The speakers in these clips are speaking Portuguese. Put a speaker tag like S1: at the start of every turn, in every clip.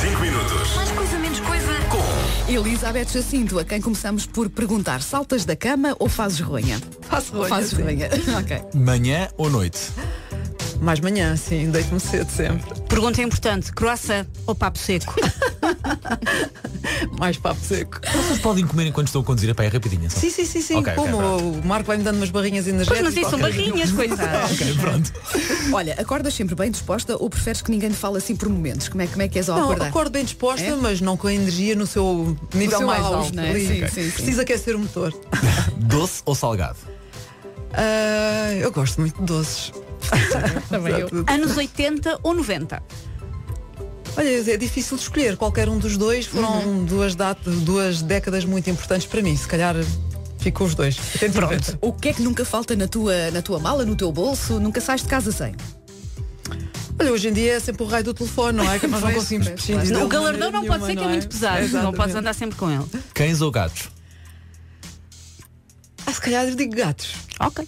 S1: 5 minutos.
S2: Mais coisa, menos coisa.
S3: Elizabeth Jacinto, a quem começamos por perguntar, saltas da cama ou fazes ronha?
S4: Faço ronha,
S3: Fazes
S4: sim.
S3: ronha. ok.
S5: Manhã ou noite?
S4: Mais manhã, sim, deito-me cedo sempre.
S6: Pergunta importante, croissant ou papo seco?
S4: Mais papo seco.
S5: Vocês podem comer enquanto estão a conduzir a pé, é rapidinho. Só.
S4: Sim, sim, sim, sim.
S5: Ok, ok,
S4: Como
S5: pronto.
S4: o Marco vai-me dando umas barrinhas
S6: Pois,
S4: energéticas.
S6: mas isso são barrinhas, coitadas.
S5: Ok, pronto.
S3: Olha, acordas sempre bem disposta ou preferes que ninguém te fale assim por momentos? Como é, como é que és ao
S4: Não,
S3: acordar?
S4: acordo bem disposta,
S3: É?
S4: mas não com a energia no seu nível
S3: seu
S4: mais
S3: auge,
S4: alto. é?
S3: né?
S4: ali.
S3: Sim, sim, sim.
S4: Preciso aquecer o motor.
S5: Doce ou salgado?
S4: Ah, eu gosto muito de doces.
S3: Também eu.
S6: Anos 80 ou 90?
S4: Olha, é difícil de escolher. Qualquer um dos dois foram duas, datas, duas décadas muito importantes para mim. Se calhar ficou os dois. Pronto.
S3: O que é que nunca falta na tua, na tua mala, no teu bolso? Nunca sais de casa sem?
S4: Olha, hoje em dia é sempre o raio do telefone, não é? Que nós não conseguimos
S3: claro.
S4: prescindir. dele
S6: O
S4: de
S6: galardão
S4: maneira
S6: não pode
S4: nenhuma,
S6: ser que é
S4: não
S6: muito pesado. Não
S4: Exatamente.
S6: podes andar sempre com ele.
S5: Cães ou gatos?
S4: Ah, se calhar eu digo gatos.
S6: Ok.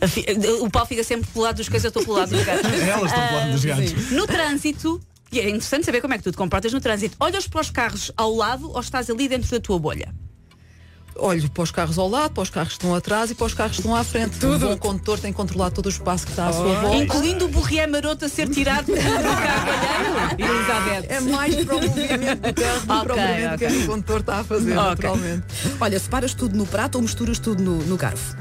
S6: A fi- O Paulo fica sempre pelo lado dos cães, eu estou pelo lado dos gatos.
S5: Elas estão falando
S3: Ah,
S5: dos gatos.
S6: No trânsito, e é interessante saber como é que tu te comportas no trânsito. Olhas para os carros ao lado ou estás ali dentro da tua bolha?
S4: Olho para os carros ao lado, para os carros que estão atrás e para os carros que estão à frente. Tudo. Um bom condutor tem que controlar todo o espaço que está à
S6: Oh.
S4: sua volta.
S6: Incluindo o borrié maroto a ser tirado do cargalheiro. Elizabeth.
S4: É mais para o movimento do carro do que
S6: Ok,
S4: propriamente o que é que o condutor está a fazer,
S6: Ok.
S4: naturalmente.
S3: Olha, separas tudo no prato ou misturas tudo no, no garfo?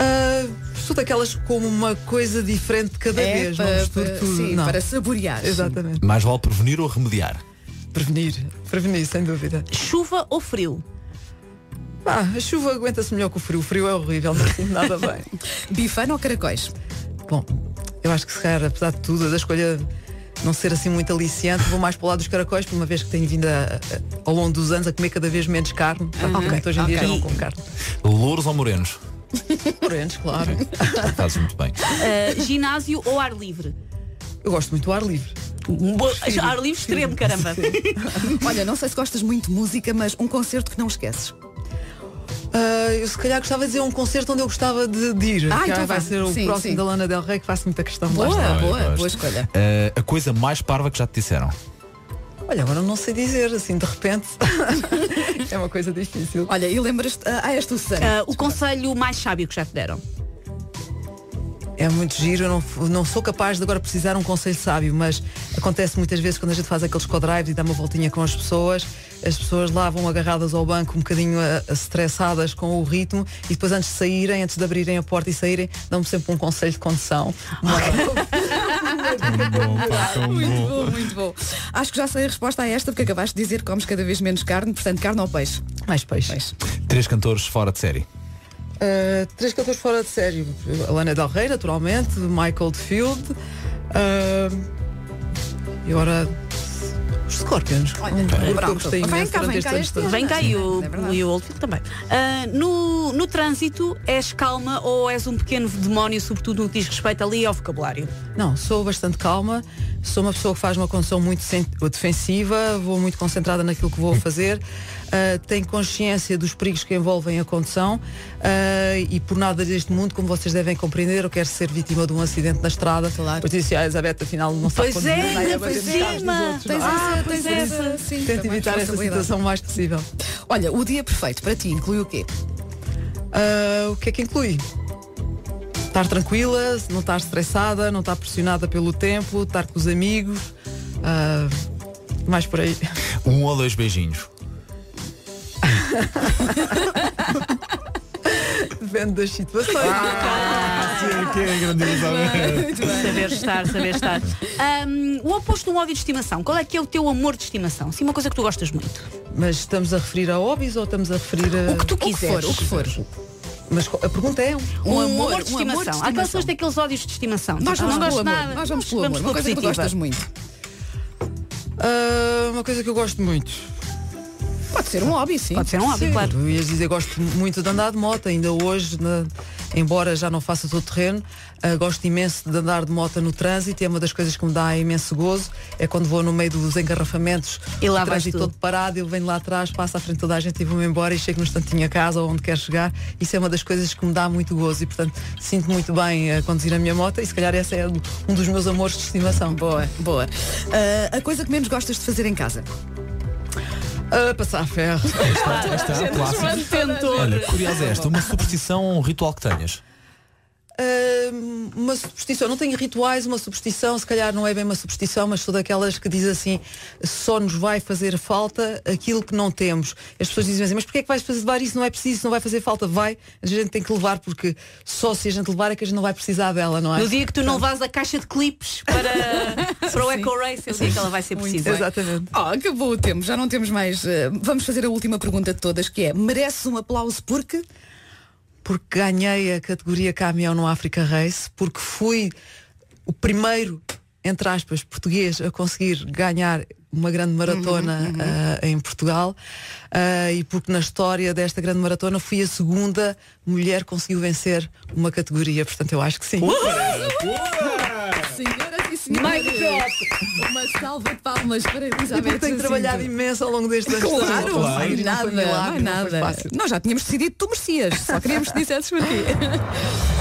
S4: Ah, sou daquelas que como uma coisa diferente de cada vez, não
S3: pa-
S4: misturo
S3: É pa-
S4: tudo.
S3: sim,
S4: não.
S3: para saborear.
S4: Exatamente.
S5: Mais vale prevenir ou remediar?
S4: Prevenir, prevenir, sem dúvida.
S6: Chuva ou frio?
S4: Ah, a chuva aguenta-se melhor que o frio. O frio é horrível, não sinto nada bem.
S3: Bifana ou caracóis?
S4: Bom, eu acho que se calhar, apesar de tudo, da escolha não ser assim muito aliciante, vou mais para o lado dos caracóis, por uma vez que tenho vindo a- a- ao longo dos anos a comer cada vez menos carne.
S3: Ah,
S4: Portanto, hoje em dia já não como carne.
S5: Louros ou morenos?
S4: Morenos, claro.
S5: Fazes muito bem.
S6: Uh, ginásio ou ar livre?
S4: Eu gosto muito do ar livre.
S6: Bo- ar livre extremo, caramba.
S3: Olha, não sei se gostas muito de música, mas um concerto que não esqueces.
S4: Ah, eu se calhar gostava de dizer um concerto onde eu gostava de, de ir.
S3: Ah,
S4: Que
S3: então
S4: vai
S3: vá.
S4: ser o
S3: Sim,
S4: próximo
S3: sim.
S4: da Lana Del Rey que faço muita questão. Lá
S3: Boa,
S4: está.
S5: Olha,
S3: boa,
S5: gosto.
S3: boa escolha.
S5: Eh, a coisa mais parva que já te disseram?
S4: Olha, agora não sei dizer, assim, de repente. é uma coisa difícil.
S3: Olha, e lembras-te. Ah, és tu, Susana.
S6: Uh, o conselho mais sábio que já te deram?
S4: É muito giro, eu não, f- não sou capaz de agora precisar de um conselho sábio, mas acontece muitas vezes quando a gente faz aqueles co-drives e dá uma voltinha com as pessoas, as pessoas lá vão agarradas ao banco um bocadinho a- a- estressadas com o ritmo e depois antes de saírem, antes de abrirem a porta e saírem, dão-me sempre um conselho de condução.
S3: Ah. Muito Então, bom, muito bom. Acho que já sei a resposta a esta, porque acabaste de dizer que comes cada vez menos carne, portanto, carne ou peixe.
S4: Mais peixe.
S5: Três cantores fora de série.
S4: Uh, três cantores fora de série. A Lana Del Rey, naturalmente, Michael de Field. uh, e agora os Scorpions.
S3: Olha,
S4: um, grupo que eu
S3: pronto.
S4: gostei
S3: Vem
S4: imenso
S3: cá, vem
S4: durante
S3: cá
S4: estes anos
S3: este
S4: todos.
S3: ano.
S6: Vem cá e o,
S3: É verdade.
S6: e o Oldfield também. Ah, no, no trânsito, és calma ou és um pequeno demónio, sobretudo no que diz respeito ali ao vocabulário?
S4: Não, sou bastante calma, sou uma pessoa que faz uma condução muito sen- defensiva, vou muito concentrada naquilo que vou fazer, ah, tenho consciência dos perigos que envolvem a condução ah, e por nada deste mundo, como vocês devem compreender, eu quero ser vítima de um acidente na estrada.
S3: Claro.
S4: Pois disse, ah, Elizabeth, afinal não sabe
S6: Pois é,
S4: conduzir, vai
S6: ainda
S4: a
S6: por
S4: bater nos carros dos
S6: cima.
S4: outros,
S3: Tens
S4: não é?
S6: Ah,
S3: essa,
S6: pois
S3: tens
S6: é.
S3: essa. Sim,
S4: Tento
S3: também
S4: evitar essa
S3: responsabilidade.
S4: situação o mais possível.
S3: Olha, o dia perfeito para ti inclui o quê?
S4: Ah, o que é que inclui? Estar tranquila, não estar estressada, não estar pressionada pelo tempo, estar com os amigos, ah, mais por aí.
S5: Um ou dois beijinhos.
S4: Depende das situações.
S6: Ah.
S3: Ah,
S6: Saber estar, saber estar. Ah, o oposto de um ódio de estimação, qual é que é o teu amor de estimação? Sim, uma coisa que tu gostas muito.
S4: Mas estamos a referir a hobbies ou estamos a referir a.
S6: O que tu
S3: O que for,
S6: quiseres.
S3: o que for.
S4: Mas co- a pergunta é.
S3: Um
S6: Um amor,
S3: amor, um amor de
S6: de estimação.
S3: estimação.
S6: Há aquelas pessoas que têm aqueles ódios de estimação.
S3: Ah, Nós
S6: Tipo,
S3: vamos
S6: não
S3: pelo
S6: gosto de
S3: amor.
S6: nada.
S3: Nós vamos pelo amor. Uma
S6: pela
S3: coisa que tu
S6: positiva.
S3: gostas muito.
S4: ah, uma coisa que eu gosto muito.
S3: Pode ser um hobby, sim.
S6: Pode ser um óbvio, claro.
S4: Eu ia dizer, gosto muito de andar de moto. Ainda hoje, na- embora já não faça todo o terreno, ah, gosto imenso de andar de moto no trânsito, é uma das coisas que me dá imenso gozo, é quando vou no meio dos engarrafamentos,
S6: E lá
S4: o
S6: vais
S4: trânsito
S6: tu.
S4: todo parado, eu venho lá atrás, passo à frente de toda a gente e vou-me embora e chego no instantinho a casa ou onde quer chegar, isso é uma das coisas que me dá muito gozo e portanto sinto muito bem a conduzir a minha moto e se calhar esse é um dos meus amores de estimação.
S3: Boa, boa. Ah, a coisa que menos gostas de fazer em casa?
S4: A Ah, passar ferro.
S5: Aí está, clássico.
S6: Tentou.
S5: Olha, curiosa esta, uma superstição ou um ritual que tenhas.
S4: Hum, uma superstição, não tenho rituais, uma superstição, se calhar não é bem uma superstição, mas sou daquelas que diz assim, só nos vai fazer falta aquilo que não temos. As pessoas dizem assim, mas porquê é que vais fazer levar isso? Não é preciso, isso não vai fazer falta, vai, a gente tem que levar, porque só se a gente levar é que a gente não vai precisar dela, não é?
S6: No dia que tu não levas a caixa de clipes para, para o Eco Race, eu sei que ela vai ser precisa.
S4: Exatamente.
S3: Oh, acabou o tempo, já não temos mais. ah, vamos fazer a última pergunta de todas, que é, mereces um aplauso porque?
S4: porque ganhei a categoria caminhão no Africa Race, porque fui o primeiro, entre aspas, português a conseguir ganhar uma grande maratona
S3: Uhum,
S4: ah, em Portugal ah, e porque na história desta grande maratona fui a segunda mulher que conseguiu vencer uma categoria, portanto eu acho que sim.
S3: Senhoras e
S6: Mic drop.
S3: uma salva de palmas para
S4: E porque tenho trabalhado imenso ao longo destes anos. todos
S3: Claro,
S4: para conseguir,
S3: nada,
S4: não foi milagre,
S3: nada.
S4: Não foi fácil.
S3: Nós já tínhamos decidido que tu merecias, só queríamos que dissesses para ti.